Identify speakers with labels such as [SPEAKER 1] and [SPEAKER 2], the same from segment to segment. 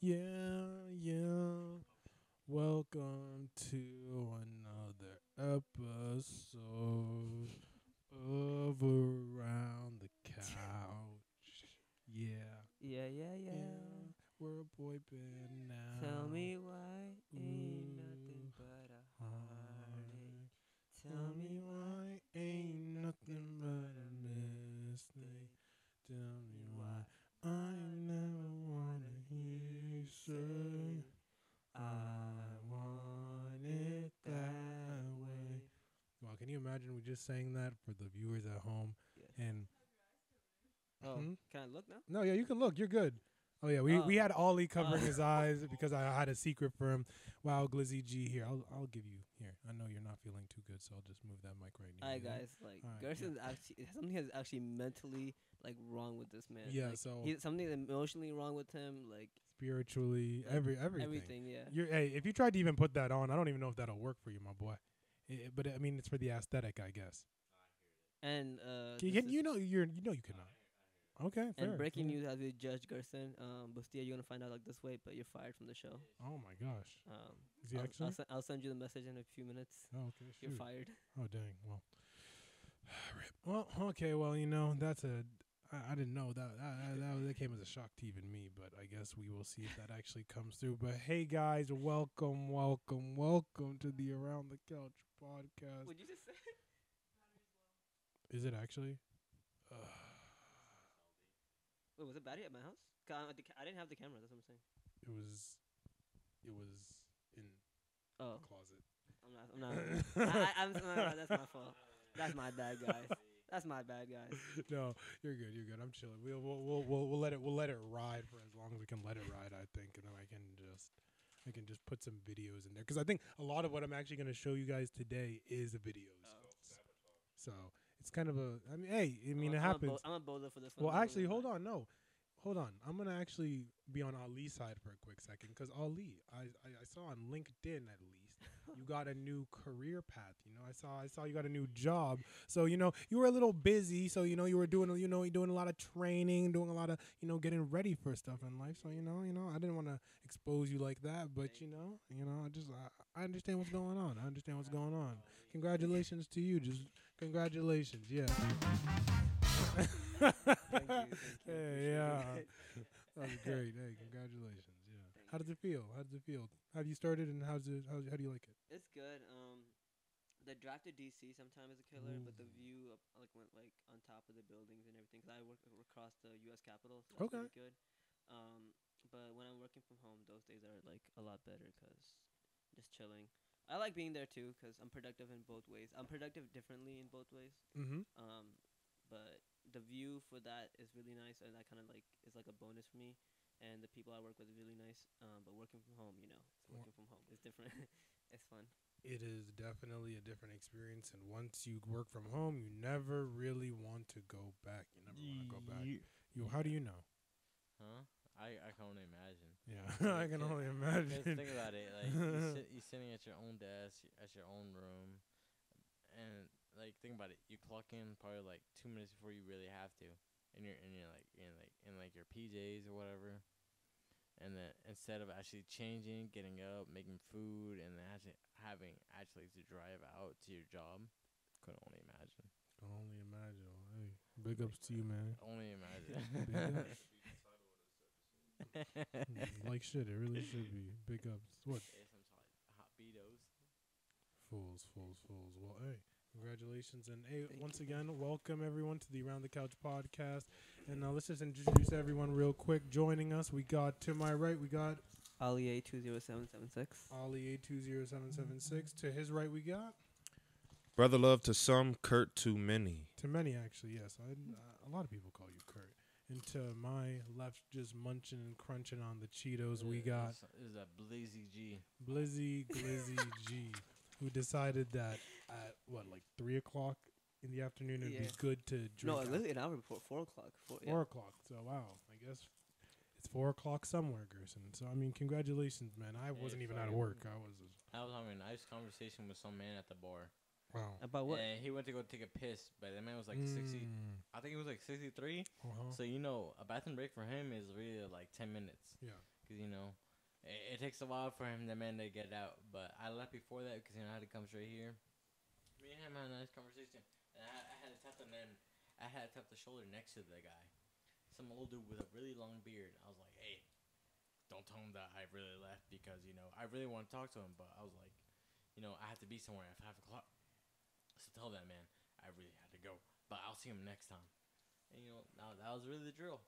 [SPEAKER 1] Yeah, yeah. Welcome to another episode of Around the Couch. Yeah,
[SPEAKER 2] Yeah, yeah, yeah.
[SPEAKER 1] yeah. We're a boy band now.
[SPEAKER 2] Tell me why ain't
[SPEAKER 1] Uh, Ooh,
[SPEAKER 2] nothing but a heartache.
[SPEAKER 1] Heartache.
[SPEAKER 2] Tell me why
[SPEAKER 1] ain't nothing but a mistake. Tell me why I never wanna hear you say. I want it that way. Wow, can you imagine we just sang that for the viewers at home?
[SPEAKER 2] Yes.
[SPEAKER 1] And
[SPEAKER 2] Oh,
[SPEAKER 1] Hmm?
[SPEAKER 2] can I look now?
[SPEAKER 1] no, yeah, you can look. You're good. Oh yeah, we,
[SPEAKER 2] Oh.
[SPEAKER 1] we had Ollie covering
[SPEAKER 2] Oh.
[SPEAKER 1] his eyes because I had a secret for him. Wow, Glizzy G here. I'll I'll give you here. I know you're not feeling too good, so I'll just move that mic right near
[SPEAKER 2] Alright,
[SPEAKER 1] you there.
[SPEAKER 2] guys. Like
[SPEAKER 1] Alright, yeah.
[SPEAKER 2] Gerson's actually something is actually mentally like wrong with this man.
[SPEAKER 1] Yeah,
[SPEAKER 2] Like,
[SPEAKER 1] so-
[SPEAKER 2] he's something emotionally wrong with him. Like
[SPEAKER 1] Spiritually,
[SPEAKER 2] Like,
[SPEAKER 1] every everything.
[SPEAKER 2] everything. yeah.
[SPEAKER 1] You're, hey, if you tried to even put that on, I don't even know if that'll work for you, my boy. Eh, but I mean, it's for the aesthetic, I guess.
[SPEAKER 2] And uh,
[SPEAKER 1] Can,
[SPEAKER 2] this
[SPEAKER 1] can,
[SPEAKER 2] is-
[SPEAKER 1] you know, you're you know you cannot. Okay, fair.
[SPEAKER 2] And breaking
[SPEAKER 1] yeah.
[SPEAKER 2] news as we judge Gerson, um, Bustia, you're gonna find out like this way, but you're fired from the show.
[SPEAKER 1] Oh my gosh,
[SPEAKER 2] Um,
[SPEAKER 1] is he
[SPEAKER 2] I'll,
[SPEAKER 1] actually?
[SPEAKER 2] I'll, sen- I'll send you the message in a few minutes.
[SPEAKER 1] Oh, okay,
[SPEAKER 2] You're
[SPEAKER 1] shoot.
[SPEAKER 2] fired.
[SPEAKER 1] Oh dang. Well, rip. Well, okay. Well, you know that's a. I, I didn't know that that, that that that came as a shock to even me, but I guess we will see if that actually comes through. But hey, guys, welcome, welcome, welcome to the Around the Couch podcast.
[SPEAKER 2] Would you just say?
[SPEAKER 1] Is it actually? Ugh.
[SPEAKER 2] Wait, was it battery at my house? 'Cause I, the ca- I didn't have the camera. That's what I'm saying.
[SPEAKER 1] it was. It was in the
[SPEAKER 2] Oh,
[SPEAKER 1] closet.
[SPEAKER 2] I'm not. I'm not. I, I, I'm, no, no, that's my fault. That's my bad, guys. That's my bad, guys.
[SPEAKER 1] no, you're good. You're good. I'm chilling. We'll we'll, we'll we'll we'll let it we'll let it ride for as long as we can let it ride. I think, and then I can just I can just put some videos in there because I think a lot of what I'm actually going to show you guys today is the videos. So it's kind of a. I mean, hey, I mean
[SPEAKER 2] I'm
[SPEAKER 1] it
[SPEAKER 2] a-
[SPEAKER 1] happens.
[SPEAKER 2] I'm a, bo- I'm a bowler for this one.
[SPEAKER 1] Well,
[SPEAKER 2] I'm a
[SPEAKER 1] actually,
[SPEAKER 2] bowler
[SPEAKER 1] hold
[SPEAKER 2] for
[SPEAKER 1] on. No, hold on. I'm gonna actually be on Ali's side for a quick second because Ali, I, I I saw on LinkedIn at least you got a new career path. You know, I saw I saw you got a new job. So you know you were a little busy. So you know you were doing you know you're doing a lot of training, doing a lot of you know getting ready for stuff in life. So you know you know I didn't want to expose you like that, but you know you know I just I, I understand what's going on. I understand what's going on. Congratulations to you. Just congratulations. Yeah.
[SPEAKER 2] that. Thank you. Thank you.
[SPEAKER 1] Hey,
[SPEAKER 2] appreciate
[SPEAKER 1] yeah.
[SPEAKER 2] it.
[SPEAKER 1] That was great. Hey, congratulations. Yeah.
[SPEAKER 2] Thank
[SPEAKER 1] How does
[SPEAKER 2] you.
[SPEAKER 1] it feel? How does it feel? Have you started and how's it, how, how do you like it?
[SPEAKER 2] It's good. Um, the draft to DC sometimes is a killer, but the
[SPEAKER 1] Ooh.
[SPEAKER 2] view up, like went like on top of the buildings and everything. 'Cause I work ac- across the U.S. Capitol, so that's
[SPEAKER 1] Okay.
[SPEAKER 2] pretty good. Um, but when I'm working from home, those days are like a lot better 'cause just chilling. I like being there too 'cause I'm productive in both ways. I'm productive differently in both ways.
[SPEAKER 1] Mm-hmm.
[SPEAKER 2] Um, but the view for that is really nice, and that kind of like is like a bonus for me. And the people I work with is really nice. Um, but working from home, you know, it's
[SPEAKER 1] Wha-
[SPEAKER 2] working from home. It's different. it's fun.
[SPEAKER 1] It is definitely a different experience, and once you work from home, you never really want to go back. You never want to go back.
[SPEAKER 3] Ye-
[SPEAKER 1] You, how do you know?
[SPEAKER 3] Huh? I, I can only imagine.
[SPEAKER 1] Yeah, I can only
[SPEAKER 3] Just think
[SPEAKER 1] imagine.
[SPEAKER 3] about it. Like you sit, you're sitting at your own desk, at your own room, and like think about it. You clock in probably like two minutes before you really have to, and you're and you're like in like in like your PJs or whatever. And then instead of actually changing, getting up, making food, and then actually having actually to drive out to your job, could only imagine.
[SPEAKER 1] Can only imagine. Hey, big ups to you, man. Big
[SPEAKER 3] Only imagine.
[SPEAKER 1] ups. like shit, it really should be big ups. What?
[SPEAKER 3] Some solid hot Beatos.
[SPEAKER 1] Fools, fools, fools. Well, hey, congratulations. And hey,
[SPEAKER 2] Thank
[SPEAKER 1] once
[SPEAKER 2] you.
[SPEAKER 1] again, welcome everyone to the Around the Couch podcast. And uh, let's just introduce everyone real quick. Joining us, we got to my right, we got
[SPEAKER 2] Ali A two zero seven seven six.
[SPEAKER 1] Ali A20776. To his right, we got,
[SPEAKER 4] Brother love to some, Kurt to many.
[SPEAKER 1] to many actually, yes. I, uh, a lot of people call you Kurt. And to my left, just munching and crunching on the Cheetos, we got
[SPEAKER 3] is a Blazy G.
[SPEAKER 1] Blizzy Glizzy G, who decided that at what, like 3 o'clock in the afternoon, it'd be
[SPEAKER 2] Yeah.
[SPEAKER 1] good to drink.
[SPEAKER 2] No,
[SPEAKER 1] alcohol.
[SPEAKER 2] literally an hour before four o'clock. Four,
[SPEAKER 1] Four o'clock. So wow, I guess it's four o'clock somewhere, Gerson. So I mean, congratulations, man. I wasn't even out of
[SPEAKER 3] fucking-
[SPEAKER 1] work. I was
[SPEAKER 3] I was having a nice conversation with some man at the bar.
[SPEAKER 1] wow.
[SPEAKER 2] yeah. About what?
[SPEAKER 3] And he went to go take a piss, but the man was like 60.
[SPEAKER 1] Mm,
[SPEAKER 3] I think he was like 63.
[SPEAKER 1] uh-huh.
[SPEAKER 3] So, you know, a bathroom break for him is really like 10 minutes.
[SPEAKER 1] yeah.
[SPEAKER 3] Because, you know, It, it takes a while for him to man to get out, but I left before that because you know I had to come straight here. Me and him had a nice conversation, and I, I had to tap the man. I had to tap the shoulder next to the guy, some old dude with a really long beard. I was like, "Hey, don't tell him that I really left because you know I really want to talk to him, but I was like, you know, I have to be somewhere at five o'clock. So tell that man I really had to go, but I'll see him next time." And you know, that, that was really the drill.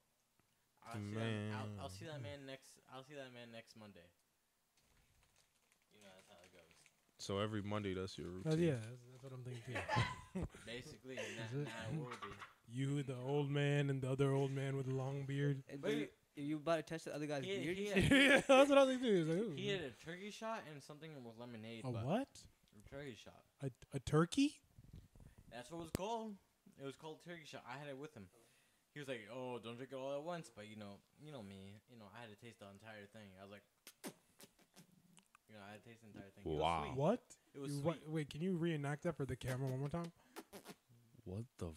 [SPEAKER 3] I'll see, that, I'll, I'll see that man next. I'll see that man next Monday. You know that's how it goes.
[SPEAKER 4] So every Monday, that's your routine.
[SPEAKER 1] Oh, yeah, that's, that's what I'm thinking. too.
[SPEAKER 3] Basically, and that,
[SPEAKER 1] Is it?
[SPEAKER 3] and I will be.
[SPEAKER 1] you, the old man, and the other old man with the long beard.
[SPEAKER 2] And
[SPEAKER 3] Wait.
[SPEAKER 2] you, you about to touch the other guy's
[SPEAKER 3] He-
[SPEAKER 2] beard?
[SPEAKER 3] he
[SPEAKER 2] you
[SPEAKER 3] had-
[SPEAKER 2] said?
[SPEAKER 1] yeah, that's what I was thinking. It's Like, ooh.
[SPEAKER 3] He had a turkey shot and something with lemonade.
[SPEAKER 1] a
[SPEAKER 3] but
[SPEAKER 1] what?
[SPEAKER 3] A turkey shot.
[SPEAKER 1] A, a turkey?
[SPEAKER 3] That's what it was called. It was called turkey shot. I had it with him. He was like, "Oh, don't drink it all at once," but you know, you know me. You know, I had to taste the entire thing. I was like, you know, I had to taste the entire thing. It was
[SPEAKER 4] Wow.
[SPEAKER 3] sweet.
[SPEAKER 1] What?
[SPEAKER 3] Oh, It was
[SPEAKER 1] You
[SPEAKER 3] sweet.
[SPEAKER 1] wa- wait, can you reenact that for the camera one more time?
[SPEAKER 4] What the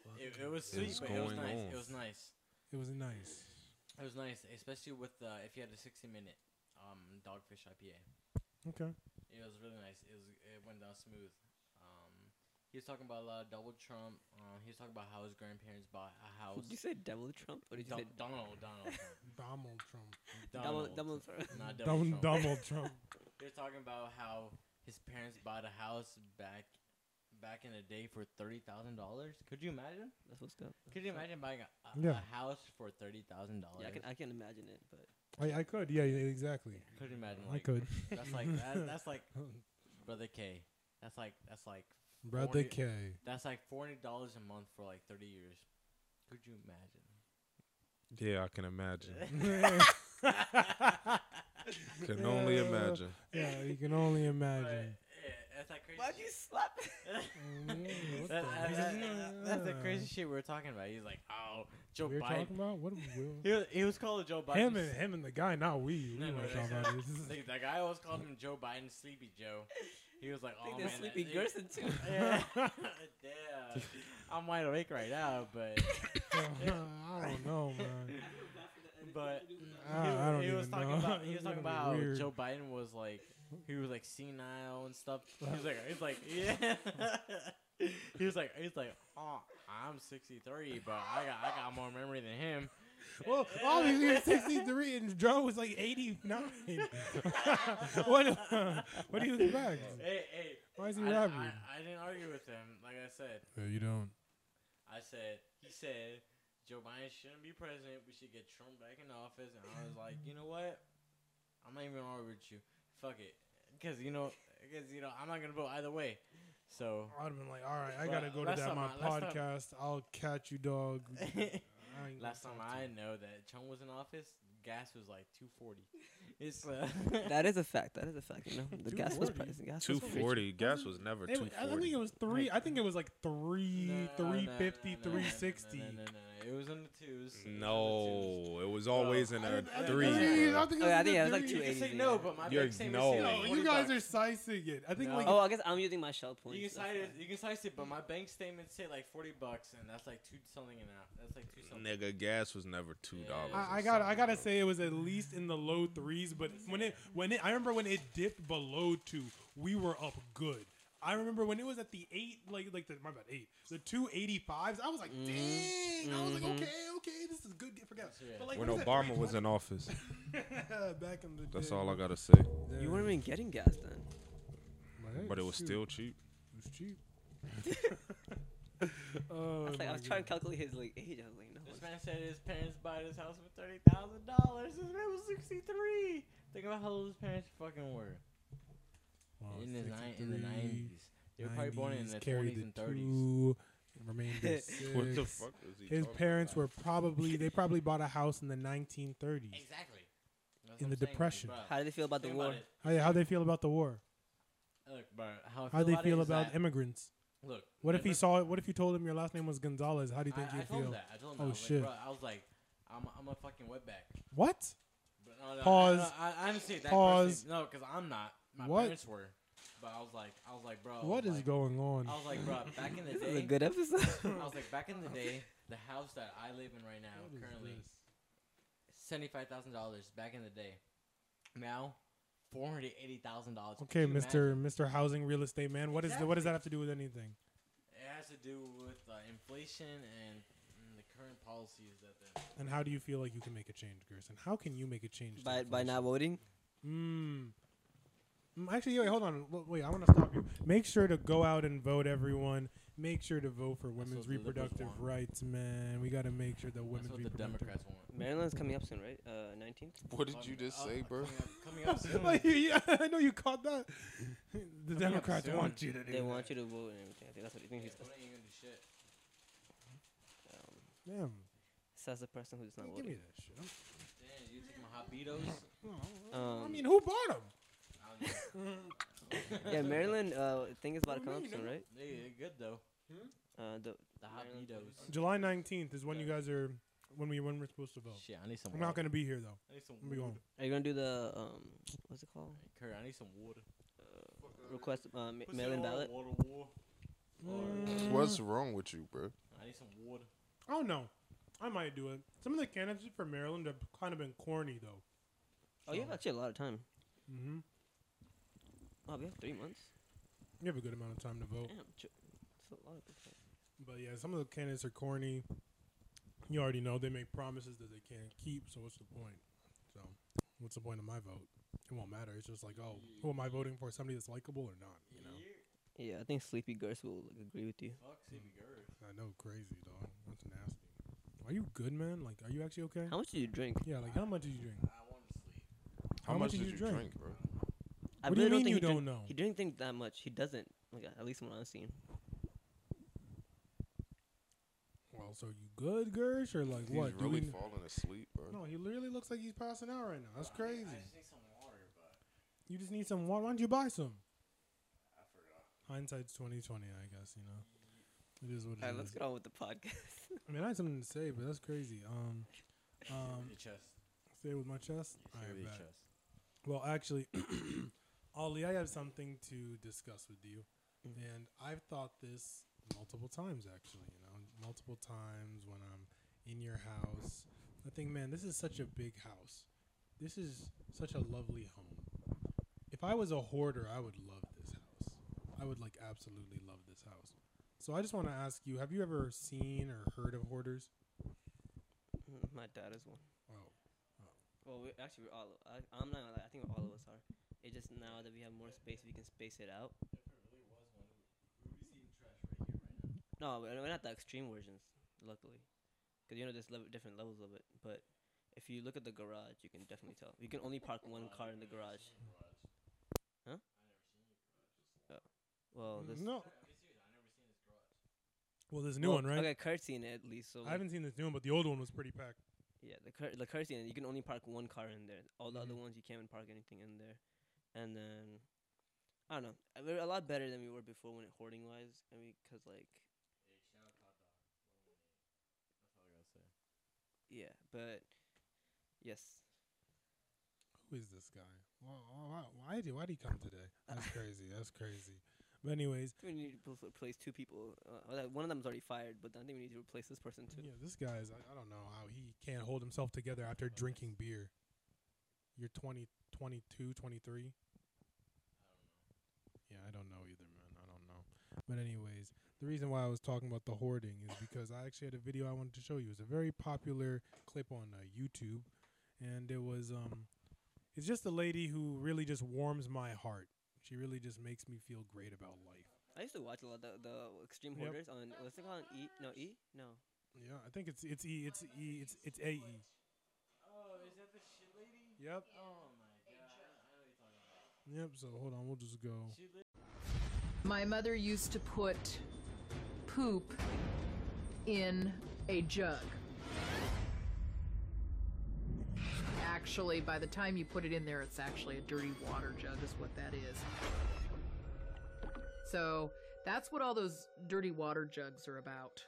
[SPEAKER 4] fuck?
[SPEAKER 3] It, it was
[SPEAKER 4] is
[SPEAKER 3] sweet, but it was
[SPEAKER 4] going
[SPEAKER 3] nice.
[SPEAKER 4] on?
[SPEAKER 3] It was nice.
[SPEAKER 1] It was nice.
[SPEAKER 3] It was nice, especially with uh, if you had a sixty minute um, dogfish IPA.
[SPEAKER 1] Okay.
[SPEAKER 3] It was really nice. It was it went down smooth. Um, he was talking about a lot of double Trump. Um, he was talking about how his grandparents bought a house.
[SPEAKER 2] Did you say Devil Trump? Or did you
[SPEAKER 3] Don-
[SPEAKER 2] say
[SPEAKER 3] Donald Donald Trump.
[SPEAKER 1] Donald Trump.
[SPEAKER 2] Double,
[SPEAKER 3] Donald.
[SPEAKER 2] double Trump?
[SPEAKER 3] Not
[SPEAKER 1] Don-
[SPEAKER 3] double Trump.
[SPEAKER 1] Donald Trump.
[SPEAKER 3] He was talking about how his parents bought a house back back in the day for thirty thousand dollars. Could you imagine?
[SPEAKER 2] That's what's up.
[SPEAKER 3] Could you imagine buying a, a,
[SPEAKER 1] Yeah.
[SPEAKER 3] a house for thirty thousand
[SPEAKER 2] Yeah,
[SPEAKER 3] dollars?
[SPEAKER 2] I can, I can imagine it, but
[SPEAKER 1] I, I could. Yeah, yeah, exactly.
[SPEAKER 3] Could you imagine?
[SPEAKER 1] I
[SPEAKER 3] Like,
[SPEAKER 1] could.
[SPEAKER 3] That's like that, that's like brother K. That's like that's like
[SPEAKER 1] Brother
[SPEAKER 3] 40
[SPEAKER 1] K.
[SPEAKER 3] That's like four hundred dollars a month for like thirty years. Could you imagine?
[SPEAKER 4] Yeah, I can imagine.
[SPEAKER 1] yeah,
[SPEAKER 4] Can only
[SPEAKER 1] Uh,
[SPEAKER 4] imagine.
[SPEAKER 1] you can only
[SPEAKER 3] But,
[SPEAKER 1] imagine.
[SPEAKER 3] yeah, that's like crazy. shit.
[SPEAKER 2] slap?
[SPEAKER 1] Mm, what the-
[SPEAKER 3] That- that- that- that's the
[SPEAKER 1] Yeah.
[SPEAKER 3] crazy shit we were talking about. He's like, oh, Joe
[SPEAKER 1] we were
[SPEAKER 3] Biden.
[SPEAKER 1] talking about what? we-
[SPEAKER 3] He was, he was called Joe Biden.
[SPEAKER 1] him and him and the guy, not we. We
[SPEAKER 3] No, no,
[SPEAKER 1] want to talk
[SPEAKER 3] that's
[SPEAKER 1] about this.
[SPEAKER 3] Like, that guy always called him Joe Biden, Sleepy Joe. He was like,
[SPEAKER 2] I
[SPEAKER 3] oh
[SPEAKER 2] think
[SPEAKER 3] man,
[SPEAKER 2] there's
[SPEAKER 3] that-
[SPEAKER 2] Sleepy
[SPEAKER 3] it-
[SPEAKER 2] Gerson too.
[SPEAKER 3] Yeah. Damn. I'm wide awake right now, but
[SPEAKER 1] I don't know, man.
[SPEAKER 3] but
[SPEAKER 1] Ah,
[SPEAKER 3] he,
[SPEAKER 1] I don't
[SPEAKER 3] he was
[SPEAKER 1] even
[SPEAKER 3] talking
[SPEAKER 1] know.
[SPEAKER 3] about he was
[SPEAKER 1] It's
[SPEAKER 3] talking
[SPEAKER 1] gonna be
[SPEAKER 3] about how
[SPEAKER 1] weird.
[SPEAKER 3] Joe Biden was like he was like senile and stuff. He was like he's like yeah. he was like he's like oh I'm 63, but I got I got more memory than him.
[SPEAKER 1] Well, obviously you're 63 and Joe was like 89. what, what do you expect?
[SPEAKER 3] Hey hey,
[SPEAKER 1] Why is he
[SPEAKER 3] I, I,
[SPEAKER 1] rapping?
[SPEAKER 3] I didn't argue with him. Like I said,
[SPEAKER 1] you don't.
[SPEAKER 3] I said he said Joe Biden shouldn't be president. We should get Trump back in office. And I was like, you know what? I'm not even gonna argue with you. Fuck it, because you know, because you know, I'm not gonna vote either way. So
[SPEAKER 1] I'd have been like, all right, I
[SPEAKER 3] Well,
[SPEAKER 1] gotta go to
[SPEAKER 3] last
[SPEAKER 1] that
[SPEAKER 3] time
[SPEAKER 1] my
[SPEAKER 3] I- last time-
[SPEAKER 1] podcast. I'll catch you, dog. I ain't gonna
[SPEAKER 3] last time
[SPEAKER 1] talk to
[SPEAKER 3] I
[SPEAKER 1] you.
[SPEAKER 3] know that Trump was in office, gas was like 240. It's uh,
[SPEAKER 2] That is a fact. That is a fact. You know, the gas was
[SPEAKER 1] 240.
[SPEAKER 2] priced. Gas
[SPEAKER 4] Two
[SPEAKER 2] was priced.
[SPEAKER 4] forty. Gas was never
[SPEAKER 1] It
[SPEAKER 4] two
[SPEAKER 1] was- I don't think
[SPEAKER 4] forty.
[SPEAKER 1] it was three. I think it was like three,
[SPEAKER 3] No, no, no,
[SPEAKER 1] three
[SPEAKER 3] no,
[SPEAKER 1] fifty,
[SPEAKER 3] no, no,
[SPEAKER 1] three
[SPEAKER 3] No,
[SPEAKER 1] sixty.
[SPEAKER 3] no, no, no, no. It was in the twos. It was in the twos.
[SPEAKER 4] No, it was always in
[SPEAKER 1] I
[SPEAKER 4] a
[SPEAKER 1] don't- I don't-
[SPEAKER 4] three.
[SPEAKER 1] I don't think it was
[SPEAKER 2] Okay, I
[SPEAKER 1] in
[SPEAKER 2] think
[SPEAKER 1] the
[SPEAKER 2] it was like
[SPEAKER 1] threes.
[SPEAKER 3] You
[SPEAKER 2] two
[SPEAKER 3] can
[SPEAKER 2] eighty.
[SPEAKER 3] say no, but my
[SPEAKER 4] You're-
[SPEAKER 3] bank's saying
[SPEAKER 4] no.
[SPEAKER 3] no.
[SPEAKER 1] No,
[SPEAKER 3] Like
[SPEAKER 1] you
[SPEAKER 3] 40
[SPEAKER 1] guys
[SPEAKER 3] bucks.
[SPEAKER 1] are sizing it. I think
[SPEAKER 3] No.
[SPEAKER 1] like
[SPEAKER 2] Oh, I guess I'm using my shell points.
[SPEAKER 3] You can
[SPEAKER 2] that's
[SPEAKER 3] cite it.
[SPEAKER 2] fine.
[SPEAKER 3] You can cite it, but my bank statements say like forty bucks, and that's like two something an hour. That's like two something.
[SPEAKER 4] Nigga, gas was never two dollars.
[SPEAKER 3] Yeah.
[SPEAKER 1] I, I got I gotta say it was at least in the low threes, but when it when it I remember when it dipped below two, we were up good. I remember when it was at the eight, like like the my bad eight, the two eighty fives. I was like,
[SPEAKER 3] Mm-hmm.
[SPEAKER 2] Mhm.
[SPEAKER 1] dang! I was like,
[SPEAKER 2] Mhm.
[SPEAKER 1] okay, okay, this is good get for gas.
[SPEAKER 3] Yeah.
[SPEAKER 1] But like
[SPEAKER 4] when
[SPEAKER 1] what is that,
[SPEAKER 4] Obama was
[SPEAKER 1] 320?
[SPEAKER 4] in office.
[SPEAKER 1] back in the day,
[SPEAKER 4] That's all I gotta say.
[SPEAKER 2] You weren't even getting gas then.
[SPEAKER 4] But it was still cheap.
[SPEAKER 1] it was cheap.
[SPEAKER 2] I
[SPEAKER 1] oh,
[SPEAKER 2] was, like,
[SPEAKER 1] my
[SPEAKER 2] I was trying to
[SPEAKER 1] God.
[SPEAKER 2] calculate his like age. I was like, no.
[SPEAKER 3] This man said his parents bought his house for thirty thousand dollars. This man was sixty three. Think about how old his parents fucking were.
[SPEAKER 1] Well,
[SPEAKER 3] in, his ni- in the
[SPEAKER 1] 63,
[SPEAKER 3] nineties, they were probably born in
[SPEAKER 1] 90s,
[SPEAKER 3] the
[SPEAKER 1] Oh, carried
[SPEAKER 3] twenties and
[SPEAKER 1] the
[SPEAKER 3] thirties.
[SPEAKER 1] two, Remained at six.
[SPEAKER 4] What the fuck is he?
[SPEAKER 1] His
[SPEAKER 4] talking
[SPEAKER 1] parents
[SPEAKER 4] about?
[SPEAKER 1] were probably they probably bought a house in the 1930s.
[SPEAKER 3] Exactly. That's
[SPEAKER 1] In
[SPEAKER 3] what
[SPEAKER 1] the
[SPEAKER 3] I'm saying, like,
[SPEAKER 1] Depression.
[SPEAKER 3] bruh,
[SPEAKER 2] How did they feel about the
[SPEAKER 3] think
[SPEAKER 2] war?
[SPEAKER 3] it.
[SPEAKER 1] How how they feel about the war?
[SPEAKER 3] Look, bro, how I
[SPEAKER 1] How they feel
[SPEAKER 3] it is
[SPEAKER 1] about
[SPEAKER 3] that-
[SPEAKER 1] immigrants?
[SPEAKER 3] Look,
[SPEAKER 1] What if he
[SPEAKER 3] immigrants-
[SPEAKER 1] saw it? What if you told him your last name was Gonzalez? How do you think
[SPEAKER 3] I, I
[SPEAKER 1] he'd
[SPEAKER 3] told him
[SPEAKER 1] feel?
[SPEAKER 3] that. I told him.
[SPEAKER 1] Oh,
[SPEAKER 3] that. I was
[SPEAKER 1] shit.
[SPEAKER 3] Like, bruh, I was like, I'm, I'm a fucking wetback.
[SPEAKER 1] What?
[SPEAKER 3] But no, no,
[SPEAKER 1] Pause.
[SPEAKER 3] I, I, I honestly, that
[SPEAKER 1] Pause.
[SPEAKER 3] person- no, because I'm not. My
[SPEAKER 1] What?
[SPEAKER 3] parents were. But I was like, I was like, bro.
[SPEAKER 1] What is
[SPEAKER 3] Oh, like,
[SPEAKER 1] going on?
[SPEAKER 3] I was like, bro. Back in the
[SPEAKER 2] This is a
[SPEAKER 3] day,
[SPEAKER 2] good episode.
[SPEAKER 3] I was like, back in the day, the house that I live in right now,
[SPEAKER 1] What is
[SPEAKER 3] currently,
[SPEAKER 1] this?
[SPEAKER 3] seventy-five thousand dollars. Back in the day, now four hundred eighty thousand dollars.
[SPEAKER 1] Okay, Mister Mister Housing Real Estate Man. What is the, what does that have to do with anything?
[SPEAKER 3] It has to do with uh, inflation and mm, the current policies that they're.
[SPEAKER 1] And how do you feel like you can make a change, Gerson? How can you make a change? to
[SPEAKER 2] By by
[SPEAKER 1] inflation?
[SPEAKER 2] not voting.
[SPEAKER 1] Mm. Mm, Actually, wait, hold on. L- Wait, I want to stop you. Make sure to go out and vote, everyone. Make sure to vote for women's
[SPEAKER 3] what the liberals
[SPEAKER 1] reproductive
[SPEAKER 3] want.
[SPEAKER 1] rights, man. We got to make sure that
[SPEAKER 3] That's
[SPEAKER 1] women's
[SPEAKER 3] what the
[SPEAKER 1] reproductive.
[SPEAKER 3] Democrats want.
[SPEAKER 2] Maryland's coming up soon, right? Uh, nineteenth.
[SPEAKER 5] What did
[SPEAKER 3] Fuck
[SPEAKER 5] you
[SPEAKER 3] it.
[SPEAKER 5] just
[SPEAKER 3] Uh,
[SPEAKER 5] say, bro?
[SPEAKER 3] Coming up, coming up
[SPEAKER 1] Like,
[SPEAKER 3] soon.
[SPEAKER 1] yeah, I know you caught that. The
[SPEAKER 3] up
[SPEAKER 1] Democrats
[SPEAKER 3] soon.
[SPEAKER 1] want you to do.
[SPEAKER 2] They want you to vote and everything. I think that's what I think
[SPEAKER 3] Yeah,
[SPEAKER 2] he's.
[SPEAKER 3] what are you gonna do shit?
[SPEAKER 2] Um,
[SPEAKER 1] Damn,
[SPEAKER 2] says the person who's not
[SPEAKER 1] give me
[SPEAKER 2] voting.
[SPEAKER 1] that shit. I'm-
[SPEAKER 3] Damn, you taking my hot Beatos?
[SPEAKER 1] oh, I
[SPEAKER 2] Um,
[SPEAKER 1] mean, who bought
[SPEAKER 3] I don't know.
[SPEAKER 1] them?
[SPEAKER 2] Yeah, Maryland. Uh, thing is about to
[SPEAKER 1] Oh,
[SPEAKER 2] come
[SPEAKER 1] no,
[SPEAKER 2] up
[SPEAKER 1] you
[SPEAKER 2] soon,
[SPEAKER 1] never-
[SPEAKER 2] right?
[SPEAKER 3] They they're good though.
[SPEAKER 2] Uh, the
[SPEAKER 3] The hot
[SPEAKER 2] Maryland's pretty
[SPEAKER 3] Beatos.
[SPEAKER 1] July nineteenth is when you guys are when we when we're supposed to vote.
[SPEAKER 3] Shit, I need some.
[SPEAKER 1] I'm not
[SPEAKER 3] water.
[SPEAKER 1] gonna be here though.
[SPEAKER 3] I need some
[SPEAKER 1] I'm be
[SPEAKER 3] wood.
[SPEAKER 1] going.
[SPEAKER 2] are you gonna do the um, what's it called?
[SPEAKER 3] Hey, Kurt, I need some water.
[SPEAKER 2] Uh, request uh, ma-
[SPEAKER 3] Put some
[SPEAKER 2] mail-in
[SPEAKER 3] on
[SPEAKER 2] ballot.
[SPEAKER 3] Water, war.
[SPEAKER 1] Mm.
[SPEAKER 5] What's wrong with you, bro?
[SPEAKER 3] I need some water.
[SPEAKER 1] Oh no, I might do it. Some of the candidates for Maryland have kind of been corny though.
[SPEAKER 2] Oh, you have actually a lot of time.
[SPEAKER 1] Mm-hmm.
[SPEAKER 2] Oh, we have three months.
[SPEAKER 1] You have a good amount of time to vote,
[SPEAKER 2] Damn, ju- that's a lot of time.
[SPEAKER 1] but yeah, some of the candidates are corny. You already know they make promises that they can't keep, so what's the point? So, what's the point of my vote? It won't matter. It's just like, oh, who am I voting for? Somebody that's likable or not? You know,
[SPEAKER 2] Yeah, I think Sleepy Gers will like, agree with you.
[SPEAKER 3] Fuck, Sleepy Gers.
[SPEAKER 1] I know, crazy dog. That's nasty. Are you good, man? Like, are you actually okay?
[SPEAKER 2] How much do you drink?
[SPEAKER 1] Yeah, like how much did you drink?
[SPEAKER 3] I want to sleep.
[SPEAKER 1] How much did you drink?
[SPEAKER 5] bro?
[SPEAKER 2] I
[SPEAKER 1] What do you mean you
[SPEAKER 2] think he
[SPEAKER 1] don't
[SPEAKER 2] drink-
[SPEAKER 1] know?
[SPEAKER 2] He didn't think that much. He doesn't. Like at least when I've seen.
[SPEAKER 1] Well, so you good, Gersh, or like
[SPEAKER 5] He's
[SPEAKER 1] what? Do we
[SPEAKER 5] really
[SPEAKER 1] kn-
[SPEAKER 5] falling asleep, bro.
[SPEAKER 1] no, he literally looks like he's passing out right now. That's
[SPEAKER 3] Well, I need-
[SPEAKER 1] crazy.
[SPEAKER 3] I just need some water, but
[SPEAKER 1] You just need some. Why why don't you buy some?
[SPEAKER 3] I forgot.
[SPEAKER 1] Hindsight's twenty twenty, I guess. You know, it is what it is.
[SPEAKER 2] All right, let's get on with the podcast.
[SPEAKER 1] I mean, I had something to say, but that's crazy. Um, um,
[SPEAKER 3] your chest.
[SPEAKER 1] say it with my chest.
[SPEAKER 3] Your
[SPEAKER 1] All right,
[SPEAKER 3] your
[SPEAKER 1] bet.
[SPEAKER 3] chest.
[SPEAKER 1] Well, actually, Ollie, I have something to discuss with you, and I've thought this multiple times. Actually, you know, multiple times when I'm in your house, I think, man, this is such a big house. This is such a lovely home. If I was a hoarder, I would love this house. I would like absolutely love this house. So I just want to ask you: Have you ever seen or heard of hoarders?
[SPEAKER 2] Mm, My dad is one.
[SPEAKER 1] Oh,
[SPEAKER 2] Well, we actually we're all. I, I'm not. gonna lie, I think all of us are. It's just now that we have more space, we can space it out.
[SPEAKER 3] If there really was one, we would be seeing trash right here, right
[SPEAKER 2] No,
[SPEAKER 3] now.
[SPEAKER 2] we're we're not the extreme versions, luckily, because you know there's level, different levels of it. But if you look at the garage, you can definitely tell. You can only park one car in the garage. Huh? Well, Oh, this
[SPEAKER 1] Mm-hmm. no. Well, this new
[SPEAKER 2] well,
[SPEAKER 1] one, right?
[SPEAKER 2] Okay, Kurt's seen it at least. So
[SPEAKER 1] I haven't seen this new one, but the old one was pretty packed.
[SPEAKER 2] Yeah, the cur- the Kurt's seen it. You can only park one car in there. All the other
[SPEAKER 1] Mhm.
[SPEAKER 2] ones you can't even park anything in there. And then I don't know. uh, We're a lot better than we were before when it hoarding wise. I mean, cause like yeah, but yes,
[SPEAKER 1] Who is this guy? Why, why, why did why did he come today? That's crazy. That's crazy. But anyways,
[SPEAKER 2] we need to pl- replace two people. Uh, uh, one of them's already fired, but I think we need to replace this person too.
[SPEAKER 1] yeah, this guy is. I, I don't know how he can't hold himself together after drinking beer. You're 20, 22, 23. Yeah, I don't know either, man. I don't know. But anyways, the reason why I was talking about the hoarding is because I actually had a video I wanted to show you. It's a very popular clip on uh, YouTube, and it was um, it's just a lady who really just warms my heart. She really just makes me feel great about life.
[SPEAKER 2] I used to watch a lot of the, the extreme
[SPEAKER 1] Yep.
[SPEAKER 2] hoarders on what's it called? E? No, E? No.
[SPEAKER 1] Yeah, I think it's it's e it's e it's it's a e.
[SPEAKER 3] Oh, is that the shit lady?
[SPEAKER 1] Yep.
[SPEAKER 3] Oh my god. I know what you're talking
[SPEAKER 1] Yep.
[SPEAKER 3] about.
[SPEAKER 1] So hold on, we'll just go.
[SPEAKER 3] She li-
[SPEAKER 6] My mother used to put poop in a jug. Actually, by the time you put it in there, it's actually a dirty water jug, is what that is. So that's what all those dirty water jugs are about.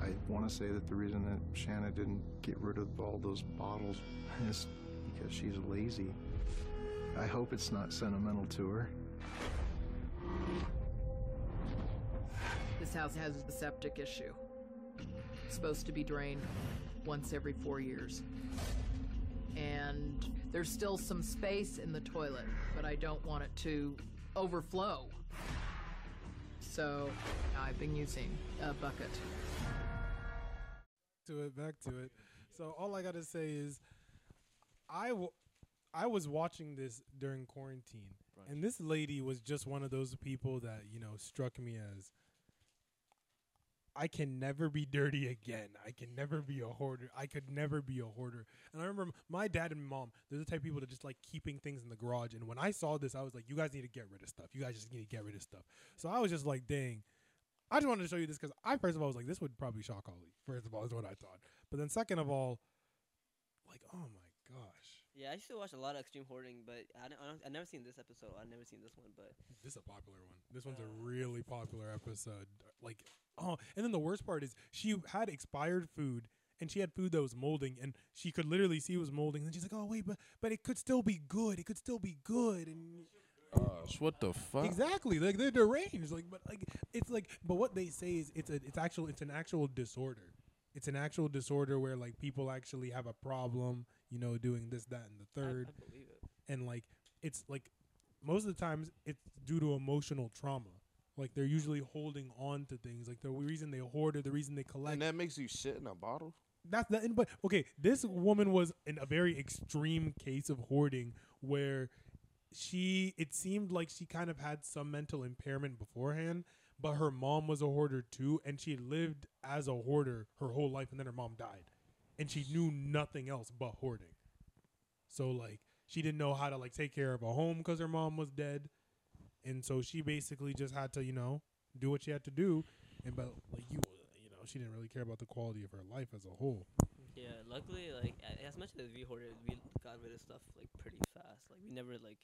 [SPEAKER 7] I want to say that the reason that Shanna didn't get rid of all those bottles is because she's lazy. I hope it's not sentimental to her.
[SPEAKER 6] This house has a septic issue. It's supposed to be drained once every four years. And There's still some space in the toilet, but I don't want it to overflow. So I've been using a bucket.
[SPEAKER 1] to it, back to it. So all I gotta say is, I wa- I was watching this during quarantine, and this lady was just one of those people that you know struck me as. I can never be dirty again. I can never be a hoarder. I could never be a hoarder. And I remember m- my dad and mom, they're the type of people that just like keeping things in the garage. And when I saw this, I was like, you guys need to get rid of stuff. You guys just need to get rid of stuff. So I was just like, dang, I just wanted to show you this because I first of all was like, this would probably shock Ollie. First of all, is what I thought. But then second of all, like, oh my gosh,
[SPEAKER 2] Yeah, I used to watch a lot of extreme hoarding, but I don't, I don't, I've never seen this episode. I've never seen this one, but
[SPEAKER 1] this is a popular one. This one's a really popular episode. Like, oh, and then the worst part is she had expired food. And she had food that was molding, and she could literally see it was molding. And she's like, "Oh wait, but but it could still be good. It could still be good." And
[SPEAKER 5] what the fuck?
[SPEAKER 1] Exactly. Like they're deranged. Like but like it's like but what they say is it's a it's actual it's an actual disorder. It's an actual disorder where like people actually have a problem, you know, doing this, that, and the
[SPEAKER 2] I, I
[SPEAKER 1] third.
[SPEAKER 2] believe it.
[SPEAKER 1] And like it's like most of the times it's due to emotional trauma. Like they're usually holding on to things. Like the reason they hoarded, the reason they collect.
[SPEAKER 5] and that makes you shit in a bottle.
[SPEAKER 1] That's the and but okay, this woman was in a very extreme case of hoarding where she it seemed like she kind of had some mental impairment beforehand, but her mom was a hoarder too, and she lived as a hoarder her whole life and then her mom died. And she knew nothing else but hoarding. So like she didn't know how to like take care of a home because her mom was dead. And so she basically just had to, you know, do what she had to do. And but like you you know, she didn't really care about the quality of her life as a whole.
[SPEAKER 2] Yeah, luckily, like a- as much as we hoarded, we got rid of stuff like pretty fast. Like we never like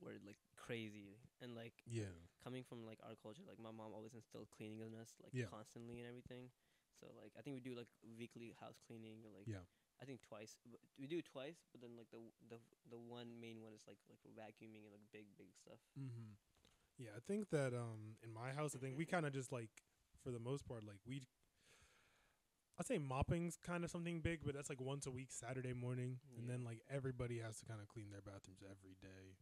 [SPEAKER 2] were like crazy and like
[SPEAKER 1] Yeah.
[SPEAKER 2] coming from like our culture, like my mom always instilled cleaning in us like
[SPEAKER 1] Yeah.
[SPEAKER 2] constantly and everything. So like I think we do like weekly house cleaning or like
[SPEAKER 1] Yeah.
[SPEAKER 2] I think twice. but We do it twice, but then like the w- the the one main one is like like vacuuming and like big big stuff.
[SPEAKER 1] Mm-hmm. Yeah, I think that um in my house, I think we kind of just like for the most part, like we. I'd say mopping's kind of something big, but that's like once a week, Saturday morning, and
[SPEAKER 2] Yeah.
[SPEAKER 1] then like everybody has to kind of clean their bathrooms every day,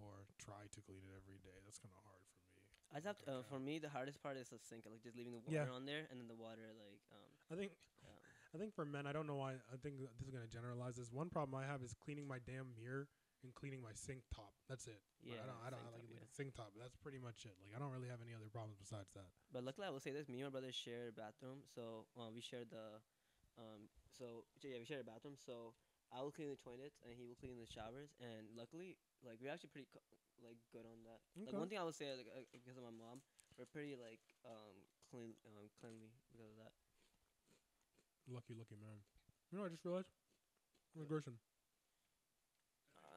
[SPEAKER 1] or try to clean it every day. That's kind of hard for me.
[SPEAKER 2] I just have to, uh,
[SPEAKER 1] Okay.
[SPEAKER 2] for me the hardest part is the sink, like just leaving the water
[SPEAKER 1] Yeah.
[SPEAKER 2] on there and then the water like um
[SPEAKER 1] I think,
[SPEAKER 2] um,
[SPEAKER 1] I think for men, I don't know why. I think th- this is gonna generalize this. One problem I have is cleaning my damn mirror and cleaning my sink top. That's it. Like,
[SPEAKER 2] Yeah,
[SPEAKER 1] I don't. I don't I
[SPEAKER 2] sink
[SPEAKER 1] like,
[SPEAKER 2] top,
[SPEAKER 1] like
[SPEAKER 2] yeah.
[SPEAKER 1] sink top. That's pretty much it. Like I don't really have any other problems besides that.
[SPEAKER 2] But luckily, I will say this: me and my brother share a bathroom, so uh, we share the, um, so so yeah, we share a bathroom. So I will clean the toilets, and he will clean the showers. And luckily, like we're actually pretty co- like good on that.
[SPEAKER 1] Okay.
[SPEAKER 2] Like one thing I will say, like uh, because of my mom, we're pretty like um clean um cleanly because of that.
[SPEAKER 1] Lucky, lucky man. You know, what I just realized. Regression.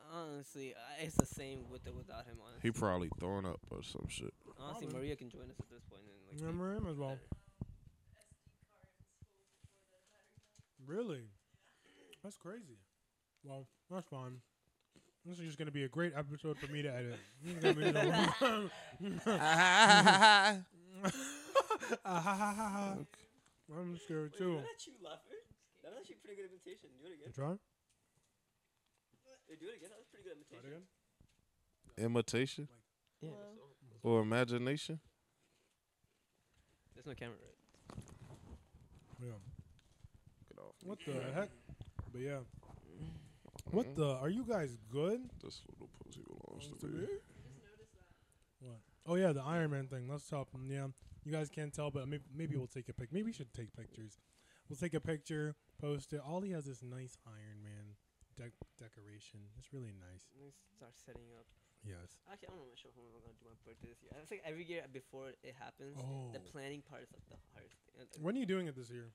[SPEAKER 2] Honestly, I, it's the same with or without him. Honestly,
[SPEAKER 5] He probably throwing up or some shit.
[SPEAKER 2] honestly,
[SPEAKER 1] Probably.
[SPEAKER 2] Maria can join us at this point and like. be
[SPEAKER 1] Remember him as well.
[SPEAKER 2] better.
[SPEAKER 1] Really? That's crazy. Well, that's fine. This is just gonna be a great episode for me to edit. This is gonna be the Ah, ha, ha, ha, ha. I'm scared
[SPEAKER 2] Wait,
[SPEAKER 1] too.
[SPEAKER 2] remember that you laughed? That was actually a pretty good imitation. Do it
[SPEAKER 1] You
[SPEAKER 2] again.
[SPEAKER 1] try?
[SPEAKER 2] Wait, Do it again. That was a pretty good
[SPEAKER 1] Try it
[SPEAKER 2] imitation.
[SPEAKER 1] again.
[SPEAKER 5] Imitation
[SPEAKER 2] Yeah.
[SPEAKER 5] or imagination?
[SPEAKER 2] There's no camera, right?
[SPEAKER 1] Yeah.
[SPEAKER 5] Get off me.
[SPEAKER 1] What the heck? But yeah. What the? Are you guys good?
[SPEAKER 5] This little pussy belongs
[SPEAKER 1] Belongs
[SPEAKER 5] to
[SPEAKER 1] to
[SPEAKER 5] me.
[SPEAKER 1] me? What? Oh yeah, the Iron Man thing. Let's talk. mm, Yeah, you guys can't tell, but maybe, maybe we'll take a pic. Maybe we should take pictures. We'll take a picture, post it. Ollie has this nice Iron Man dec- decoration. It's really nice.
[SPEAKER 2] Let me start setting up.
[SPEAKER 1] Yes.
[SPEAKER 2] Actually, I'm not sure when I'm gonna do my birthday this year. I think every year before it happens, the
[SPEAKER 1] Oh.
[SPEAKER 2] planning part is like the hardest thing. And, uh,
[SPEAKER 1] When are you doing it this year?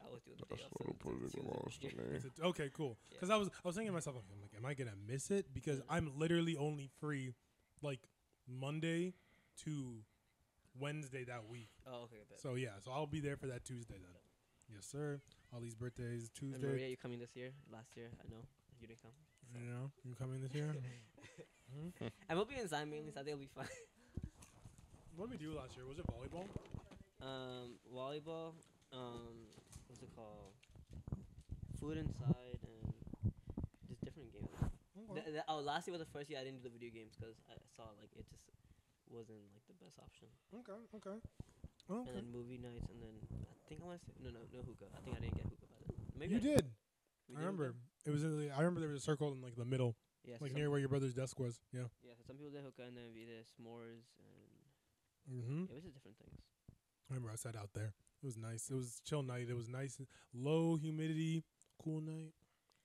[SPEAKER 2] I always do it the
[SPEAKER 5] This
[SPEAKER 2] day off.
[SPEAKER 5] little
[SPEAKER 2] so it's-
[SPEAKER 5] pussy
[SPEAKER 2] it's
[SPEAKER 5] belongs
[SPEAKER 2] usually-
[SPEAKER 5] to me.
[SPEAKER 1] Is it- okay, cool. Because I was I was thinking to myself, I'm like, am I gonna miss it? Because I'm literally only free, like Monday to Wednesday that week.
[SPEAKER 2] Oh, okay, bet.
[SPEAKER 1] So yeah, so I'll be there for that Tuesday then. Yes, sir. Ollie's birthday is
[SPEAKER 2] And
[SPEAKER 1] Tuesday.
[SPEAKER 2] Maria, you coming this year? Last year, I know you didn't come.
[SPEAKER 1] You know, you coming this year?
[SPEAKER 2] I'm hoping in Zion mainly, so I think it'll be fine.
[SPEAKER 1] what did we do last year? Was it volleyball?
[SPEAKER 2] Um, volleyball. Um, what's it called? Food inside and just different games. that, oh, last year was the first year I didn't do the video games because I saw like it just wasn't like the best option.
[SPEAKER 1] Okay, okay. Okay.
[SPEAKER 2] And then movie nights, and then I think I want to no, no, no hookah. I think I didn't get hookah by then. Maybe
[SPEAKER 1] you
[SPEAKER 2] I
[SPEAKER 1] did.
[SPEAKER 2] We
[SPEAKER 1] I
[SPEAKER 2] did hookah?
[SPEAKER 1] remember. It was in the, I remember there was a circle in like the middle,
[SPEAKER 2] Yeah, so
[SPEAKER 1] like
[SPEAKER 2] some,
[SPEAKER 1] near where your brother's desk was. Yeah.
[SPEAKER 2] yeah, so some people did hookah, and then we did s'mores, and
[SPEAKER 1] Mm-hmm.
[SPEAKER 2] it was just different things.
[SPEAKER 1] I remember I sat out there. It was nice. It was chill night. It was nice, and low humidity, cool night,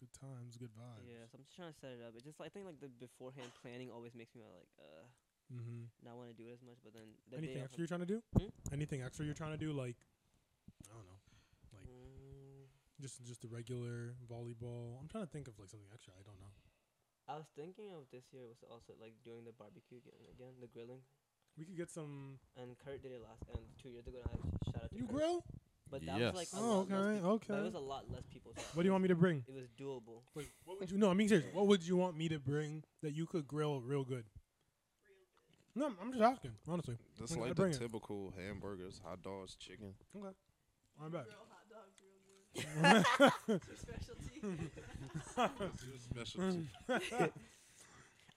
[SPEAKER 1] good times, good vibes.
[SPEAKER 2] Yeah, so I'm just trying to set it up. It's just I think like the beforehand planning always makes me like uh
[SPEAKER 1] Mm-hmm.
[SPEAKER 2] not want to do it as much, but then the
[SPEAKER 1] Anything
[SPEAKER 2] day Hmm?
[SPEAKER 1] extra you're trying to do? Anything extra you're trying to do? Like, I don't know, like-
[SPEAKER 2] Mm,
[SPEAKER 1] just just the regular volleyball. I'm trying to think of like something extra. I don't know.
[SPEAKER 2] I was thinking of this year was also like doing the barbecue again, again the grilling.
[SPEAKER 1] We could get some.
[SPEAKER 2] And Kurt did it last and two years ago. And I shout out to
[SPEAKER 1] You
[SPEAKER 2] Kurt.
[SPEAKER 1] grill?
[SPEAKER 2] but that was like a
[SPEAKER 5] Yes.
[SPEAKER 1] Oh,
[SPEAKER 2] lot less
[SPEAKER 1] okay,
[SPEAKER 2] people. That
[SPEAKER 1] okay.
[SPEAKER 2] was a lot less people. So
[SPEAKER 1] What do you want me to bring?
[SPEAKER 2] It was doable.
[SPEAKER 1] Wait, what would you? No, I mean seriously. What would you want me to bring that you could grill real good? No, I'm- I'm just asking honestly.
[SPEAKER 5] Just
[SPEAKER 1] Okay,
[SPEAKER 5] like the
[SPEAKER 1] bring it.
[SPEAKER 5] typical hamburgers, hot dogs, chicken.
[SPEAKER 1] Okay, I'm back.
[SPEAKER 8] Real hot dogs, real good. It's your specialty.
[SPEAKER 5] Specialty.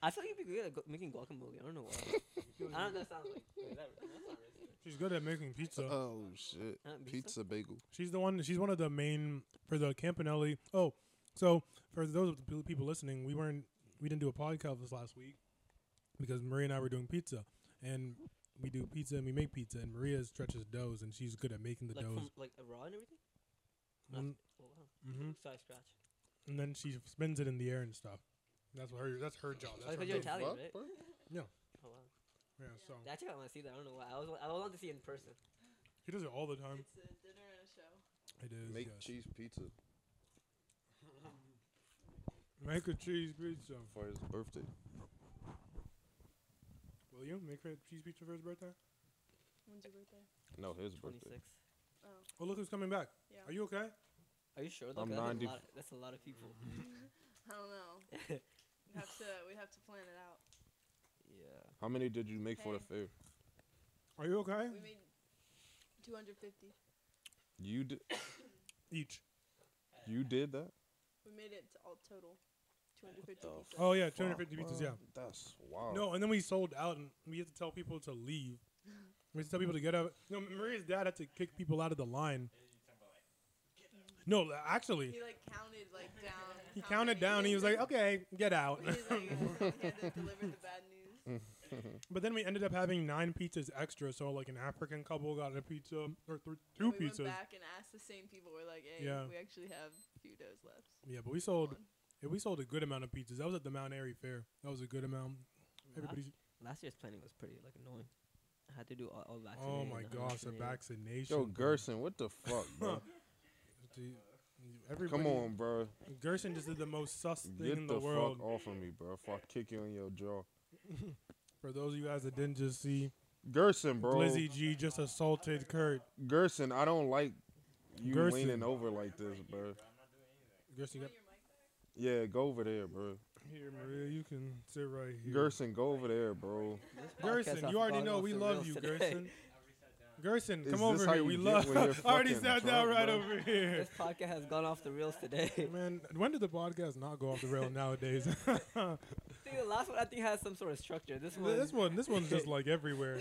[SPEAKER 2] I feel like you'd be good at go- making guacamole. I don't know why. I don't know. That sounds like wait, that, that's not racist.
[SPEAKER 1] She's good at making pizza.
[SPEAKER 5] oh shit!
[SPEAKER 2] Uh, pizza?
[SPEAKER 5] Pizza bagel.
[SPEAKER 1] She's the one. She's one of the main for the Campanelli. Oh, so for those of the people listening, we weren't we didn't do a podcast this last week because Maria and I were doing pizza, and we do pizza and we make pizza, and Maria stretches doughs and she's good at making the
[SPEAKER 2] like
[SPEAKER 1] doughs.
[SPEAKER 2] from like uh, raw and everything.
[SPEAKER 1] Mm,
[SPEAKER 2] Oh, wow.
[SPEAKER 1] mhm.
[SPEAKER 2] Sorry, scratch. Oh,
[SPEAKER 1] And then she spins it in the air and stuff. That's what her. That's her job.
[SPEAKER 2] Oh,
[SPEAKER 1] That's her
[SPEAKER 2] because you're
[SPEAKER 1] job.
[SPEAKER 2] Italian, right?
[SPEAKER 1] Yeah.
[SPEAKER 2] Oh wow.
[SPEAKER 1] Yeah. So
[SPEAKER 2] That's what I want to see. That I don't know why. I was I want to see it in person.
[SPEAKER 1] she does it all the time.
[SPEAKER 8] it's a dinner and a show.
[SPEAKER 1] It is.
[SPEAKER 5] Make
[SPEAKER 1] yes.
[SPEAKER 5] cheese pizza
[SPEAKER 1] Make a cheese pizza.
[SPEAKER 5] for his birthday.
[SPEAKER 1] Will you make her a cheese pizza for his birthday?
[SPEAKER 8] When's your birthday?
[SPEAKER 5] No, his
[SPEAKER 2] Twenty
[SPEAKER 5] birthday.
[SPEAKER 2] six.
[SPEAKER 8] Oh,
[SPEAKER 1] Oh, look who's coming back.
[SPEAKER 8] yeah.
[SPEAKER 1] Are you okay?
[SPEAKER 2] Are you sure? Though?
[SPEAKER 5] I'm
[SPEAKER 2] 'Cause that's a
[SPEAKER 5] 90
[SPEAKER 2] lot- That's a lot of people.
[SPEAKER 8] I don't know. We have to. We have to plan it out.
[SPEAKER 1] Mm-hmm.
[SPEAKER 2] yeah.
[SPEAKER 5] How many did you make for the
[SPEAKER 8] Hey.
[SPEAKER 5] fair?
[SPEAKER 1] Are you okay?
[SPEAKER 8] We made 250.
[SPEAKER 5] You did.
[SPEAKER 1] Each.
[SPEAKER 5] You did that.
[SPEAKER 8] We made it to all total 250
[SPEAKER 5] Oh,
[SPEAKER 8] pieces.
[SPEAKER 1] Oh yeah, two hundred
[SPEAKER 5] Fuck,
[SPEAKER 1] fifty pizzas.
[SPEAKER 5] bro.
[SPEAKER 1] Yeah.
[SPEAKER 5] That's wow.
[SPEAKER 1] No, and then we sold out, and we had to tell people to leave. We had to tell people to get up. No, Maria's dad had to kick people out of the line. No, la- actually,
[SPEAKER 8] He like counted like down.
[SPEAKER 1] he
[SPEAKER 8] how
[SPEAKER 1] counted
[SPEAKER 8] many
[SPEAKER 1] down. He was like, "Okay, get out."
[SPEAKER 8] He was like, he had to deliver the bad news.
[SPEAKER 1] but then we ended up having nine pizzas extra. So like an African couple got a pizza or th- two
[SPEAKER 8] And we
[SPEAKER 1] pizzas.
[SPEAKER 8] went back and asked the same people. We're like, hey,
[SPEAKER 1] Yeah.
[SPEAKER 8] we actually have a few days left.
[SPEAKER 1] Yeah, but we sold.
[SPEAKER 8] One.
[SPEAKER 1] yeah, we sold a good amount of pizzas. That was at the Mount Airy Fair. That was a good amount. Everybody's.
[SPEAKER 2] Last year's planning was pretty like annoying. I had to do all, all vaccinated.
[SPEAKER 1] Oh my
[SPEAKER 2] and
[SPEAKER 1] gosh, a
[SPEAKER 2] unvaccinated.
[SPEAKER 1] vaccination.
[SPEAKER 5] Yo,
[SPEAKER 1] bro.
[SPEAKER 5] Gerson, what the fuck, bro?
[SPEAKER 1] Dude, Everybody,
[SPEAKER 5] Come on, bro.
[SPEAKER 1] Gerson just did the most sus thing
[SPEAKER 5] Get
[SPEAKER 1] in
[SPEAKER 5] the,
[SPEAKER 1] the, world.
[SPEAKER 5] fuck off of me, bro. If I kick you in your jaw,
[SPEAKER 1] For those of you guys that didn't just see,
[SPEAKER 5] Gerson, bro.
[SPEAKER 1] Lizzie G just assaulted Kurt.
[SPEAKER 5] Gerson, I don't like you
[SPEAKER 1] Gerson.
[SPEAKER 5] leaning over like this, bro.
[SPEAKER 1] Gerson, you got-
[SPEAKER 5] Yeah, go over there, bro.
[SPEAKER 1] here, Maria, you can sit right here.
[SPEAKER 5] Gerson, go over there, bro.
[SPEAKER 2] This podcast,
[SPEAKER 1] Gerson,
[SPEAKER 2] I
[SPEAKER 1] you already
[SPEAKER 2] forgot
[SPEAKER 1] know
[SPEAKER 2] off
[SPEAKER 1] we
[SPEAKER 2] the
[SPEAKER 1] love
[SPEAKER 2] rails
[SPEAKER 1] you,
[SPEAKER 2] today.
[SPEAKER 1] Gerson. Gerson,
[SPEAKER 5] Is
[SPEAKER 1] come
[SPEAKER 5] this
[SPEAKER 1] over
[SPEAKER 5] how
[SPEAKER 1] here.
[SPEAKER 5] you
[SPEAKER 1] We
[SPEAKER 5] get
[SPEAKER 1] love.
[SPEAKER 5] when you're
[SPEAKER 1] I already
[SPEAKER 5] fucking
[SPEAKER 1] sat down
[SPEAKER 5] drunk,
[SPEAKER 1] right
[SPEAKER 5] bro?
[SPEAKER 1] over here.
[SPEAKER 2] This podcast has gone off the rails today. I
[SPEAKER 1] Man, when did the podcast not go off the rail nowadays?
[SPEAKER 2] think the last one I think has some sort of structure. This one,
[SPEAKER 1] this one, this one's just like everywhere.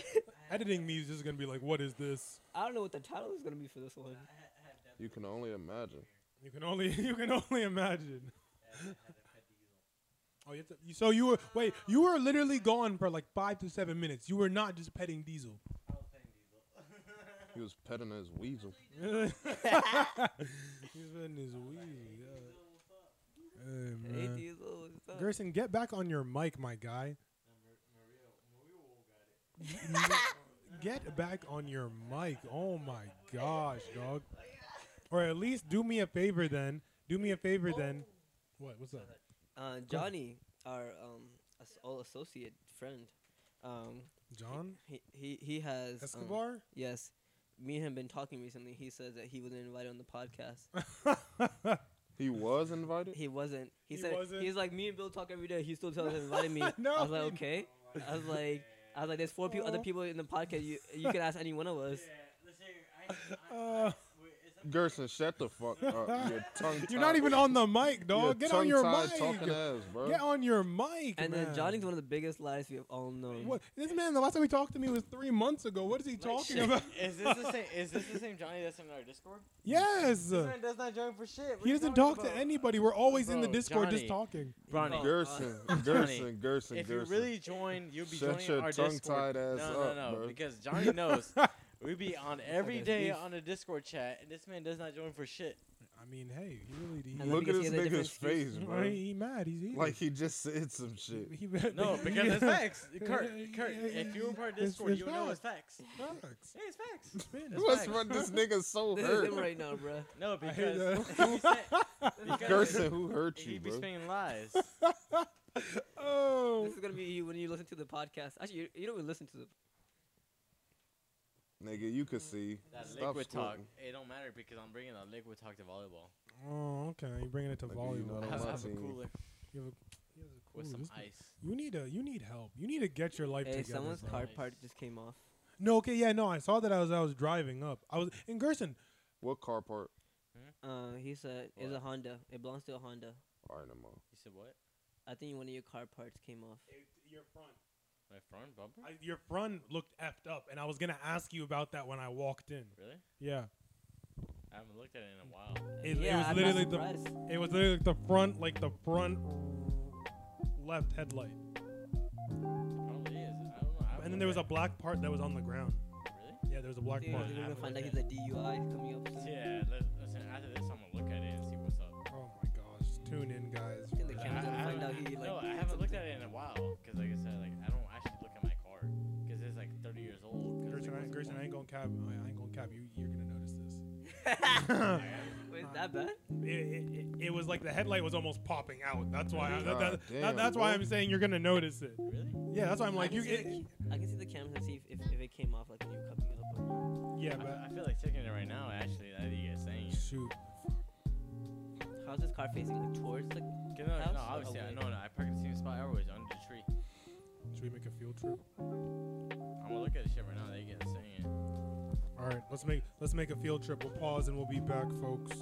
[SPEAKER 1] Editing me is just gonna be like, what is this?
[SPEAKER 2] I don't know what the title is gonna be for this one.
[SPEAKER 5] You can only imagine.
[SPEAKER 1] You can only you can only imagine. Oh, you have to, you- so you were wait you were literally gone for like five to seven minutes. You were not just petting Diesel.
[SPEAKER 5] He was petting his weasel.
[SPEAKER 1] He's petting his weed. yeah. Hey,
[SPEAKER 2] Hey,
[SPEAKER 1] man.
[SPEAKER 2] Diesel, what's up?
[SPEAKER 1] Gerson, get back on your mic, my guy. get back on your mic. Oh my gosh, dog. Or at least do me a favor then. Do me a favor then. What? What's up?
[SPEAKER 2] Uh, Johnny, our um, as- all associate friend. Um,
[SPEAKER 1] John
[SPEAKER 2] he he he has um,
[SPEAKER 1] Escobar?
[SPEAKER 2] yes, me and him been talking recently. He says that he was invited on the podcast.
[SPEAKER 5] Uh, He was invited?
[SPEAKER 2] He wasn't. He,
[SPEAKER 1] He
[SPEAKER 2] said
[SPEAKER 1] wasn't?
[SPEAKER 2] he's like me and Bill talk every day. He still tells him invited me.
[SPEAKER 1] No,
[SPEAKER 2] I was like
[SPEAKER 1] he-
[SPEAKER 2] okay. I was like I was like there's four people other
[SPEAKER 1] Aw.
[SPEAKER 2] people in the podcast. You you can ask any one of us.
[SPEAKER 1] Uh,
[SPEAKER 9] Wait, it's
[SPEAKER 5] Gerson, shut the fuck up. Your tongue.
[SPEAKER 1] You're not even on the mic, dog. Get on your
[SPEAKER 5] tongue-tied
[SPEAKER 1] mic.
[SPEAKER 5] Talking ass, bro.
[SPEAKER 1] Get on your mic,
[SPEAKER 2] And
[SPEAKER 1] man.
[SPEAKER 2] then Johnny's one of the biggest liars we have all known.
[SPEAKER 1] What this man? The last time he talked to me was three months ago. What is he talking
[SPEAKER 2] shit.
[SPEAKER 1] about?
[SPEAKER 3] Is this the same? Is this the same Johnny that's in our Discord?
[SPEAKER 1] Yes.
[SPEAKER 3] This man does not join for shit. What are
[SPEAKER 1] He
[SPEAKER 3] you
[SPEAKER 1] doesn't
[SPEAKER 3] talking
[SPEAKER 1] talk to
[SPEAKER 3] about?
[SPEAKER 1] anybody. We're always in the
[SPEAKER 3] Bro,
[SPEAKER 1] Discord just
[SPEAKER 3] Johnny.
[SPEAKER 1] talking.
[SPEAKER 3] Bronny,
[SPEAKER 5] Gerson,
[SPEAKER 3] Johnny,
[SPEAKER 5] Gerson, Gerson,
[SPEAKER 3] if you
[SPEAKER 5] Gerson.
[SPEAKER 3] really join, you'll be
[SPEAKER 5] Shut
[SPEAKER 3] joining
[SPEAKER 5] your
[SPEAKER 3] our
[SPEAKER 5] tongue-tied
[SPEAKER 3] Discord.
[SPEAKER 5] ass
[SPEAKER 3] no,
[SPEAKER 5] up,
[SPEAKER 3] no, no,
[SPEAKER 5] bro.
[SPEAKER 3] because Johnny knows we be on every
[SPEAKER 2] Fucking
[SPEAKER 3] day
[SPEAKER 2] thief.
[SPEAKER 3] on a Discord chat, and this man does not join for shit.
[SPEAKER 1] I mean, hey, he really he,
[SPEAKER 2] And
[SPEAKER 5] Look at
[SPEAKER 2] Because
[SPEAKER 5] this
[SPEAKER 2] he has a different
[SPEAKER 5] nigga's face,
[SPEAKER 1] he-
[SPEAKER 5] bro.
[SPEAKER 1] he mad. He's heated.
[SPEAKER 5] Like he just said some shit.
[SPEAKER 1] he,
[SPEAKER 3] No, because it's facts. Kurt,
[SPEAKER 1] Yeah,
[SPEAKER 3] Kurt,
[SPEAKER 1] yeah,
[SPEAKER 3] if you were part of
[SPEAKER 1] it's-
[SPEAKER 3] Discord,
[SPEAKER 1] it's
[SPEAKER 3] you would know it's
[SPEAKER 1] facts.
[SPEAKER 3] facts.
[SPEAKER 1] Facts.
[SPEAKER 3] Hey, it's facts.
[SPEAKER 1] Spin.
[SPEAKER 3] It's
[SPEAKER 5] What's
[SPEAKER 3] facts.
[SPEAKER 5] wrong? This nigga's so
[SPEAKER 2] This is him
[SPEAKER 5] hurt.
[SPEAKER 2] right now, bro.
[SPEAKER 3] No,
[SPEAKER 1] I
[SPEAKER 3] because,
[SPEAKER 1] hear
[SPEAKER 3] he said, because
[SPEAKER 5] Gerson, who hurt
[SPEAKER 3] he
[SPEAKER 5] you,
[SPEAKER 3] be
[SPEAKER 5] bro?
[SPEAKER 3] spinning lies.
[SPEAKER 1] Oh,
[SPEAKER 2] This is gonna be you when you listen to the podcast. Actually, you, you don't even listen to the.
[SPEAKER 5] Nigga, you could see.
[SPEAKER 3] That
[SPEAKER 5] Stop
[SPEAKER 3] liquid talk,
[SPEAKER 5] squinting.
[SPEAKER 3] it don't matter because I'm bringing that liquid talk to volleyball.
[SPEAKER 1] oh, okay. You're bringing it to
[SPEAKER 5] Like, you
[SPEAKER 1] volume.
[SPEAKER 5] know
[SPEAKER 3] I
[SPEAKER 5] On
[SPEAKER 3] have,
[SPEAKER 5] my
[SPEAKER 3] I have a
[SPEAKER 5] team.
[SPEAKER 3] cooler
[SPEAKER 1] You have a- you have a
[SPEAKER 3] with
[SPEAKER 1] cool-
[SPEAKER 3] some
[SPEAKER 1] Oh, this-
[SPEAKER 3] ice.
[SPEAKER 1] You need a you need help. You need to get your life
[SPEAKER 2] Hey,
[SPEAKER 1] together.
[SPEAKER 2] someone's
[SPEAKER 1] bro.
[SPEAKER 2] car
[SPEAKER 3] Nice.
[SPEAKER 2] part just came off.
[SPEAKER 1] No, okay, yeah, no. I saw that. I was I was driving up. I was in Gerson.
[SPEAKER 5] What car part?
[SPEAKER 2] Uh, he said it's a
[SPEAKER 3] What?
[SPEAKER 2] Honda. It belongs to a Honda.
[SPEAKER 5] All right, I'm on.
[SPEAKER 3] You said what?
[SPEAKER 2] I think one of your car parts came off.
[SPEAKER 1] Your front,
[SPEAKER 3] My front bumper?
[SPEAKER 1] I, your front looked effed up, and I was gonna ask you about that when I walked in.
[SPEAKER 3] Really?
[SPEAKER 1] Yeah,
[SPEAKER 3] I haven't looked at it in a while.
[SPEAKER 1] it,
[SPEAKER 2] yeah,
[SPEAKER 1] it was
[SPEAKER 2] I'm not
[SPEAKER 1] literally the
[SPEAKER 2] surprised.
[SPEAKER 1] it was literally like the front like the front left headlight,
[SPEAKER 3] Probably is. I don't know. I
[SPEAKER 1] and then there was a black part that was on the ground.
[SPEAKER 3] Really?
[SPEAKER 1] Yeah, there was a black
[SPEAKER 2] Dude,
[SPEAKER 1] part.
[SPEAKER 2] you're gonna
[SPEAKER 3] haven't
[SPEAKER 2] find out
[SPEAKER 3] looked
[SPEAKER 2] he's a DUI coming up soon.
[SPEAKER 3] Yeah, li- listen, after this, I'm going to look at it and see what's up.
[SPEAKER 1] Oh my gosh! Tune in, guys.
[SPEAKER 2] I think the
[SPEAKER 1] for
[SPEAKER 3] I-
[SPEAKER 2] camera's
[SPEAKER 3] I
[SPEAKER 2] gonna find out
[SPEAKER 3] haven't-
[SPEAKER 2] he like.
[SPEAKER 3] no, I
[SPEAKER 2] did
[SPEAKER 3] haven't looked
[SPEAKER 2] something.
[SPEAKER 3] at it in a while. Because, like I said, like I don't actually look at my car. Because it's like 30 years old. 'cause,
[SPEAKER 1] Gerson,
[SPEAKER 3] like,
[SPEAKER 1] I,
[SPEAKER 3] what's
[SPEAKER 1] Gerson, I ain't gonna cap. I ain't gonna cap. You, you're gonna notice this.
[SPEAKER 2] Wait, is that bad?
[SPEAKER 1] it, it, it was like the headlight was almost popping out. That's why. I, that,
[SPEAKER 5] God
[SPEAKER 1] that-
[SPEAKER 5] damn,
[SPEAKER 1] that- that's why
[SPEAKER 5] bro.
[SPEAKER 1] I'm saying you're gonna notice it.
[SPEAKER 3] Really?
[SPEAKER 1] Yeah, that's why I'm like
[SPEAKER 2] I
[SPEAKER 1] you.
[SPEAKER 2] can see
[SPEAKER 1] It,
[SPEAKER 2] the- I can see the camera and see if, if, if it came off like when you were coming up. Or not.
[SPEAKER 1] yeah,
[SPEAKER 3] I,
[SPEAKER 1] but
[SPEAKER 3] I feel like taking it right now, actually, now that you guys saying it.
[SPEAKER 1] shoot.
[SPEAKER 2] How's this car facing like towards like?
[SPEAKER 3] 'Cause No,
[SPEAKER 2] House Oh,
[SPEAKER 3] no,
[SPEAKER 2] or
[SPEAKER 3] obviously, I
[SPEAKER 2] away?
[SPEAKER 3] know, no, I park in the same spot I always under the tree.
[SPEAKER 1] Should we make a field trip?
[SPEAKER 3] I'm going to look at the shit right now that you guys saying it.
[SPEAKER 1] All right, let's make let's make a field trip. We'll pause and we'll be back, folks.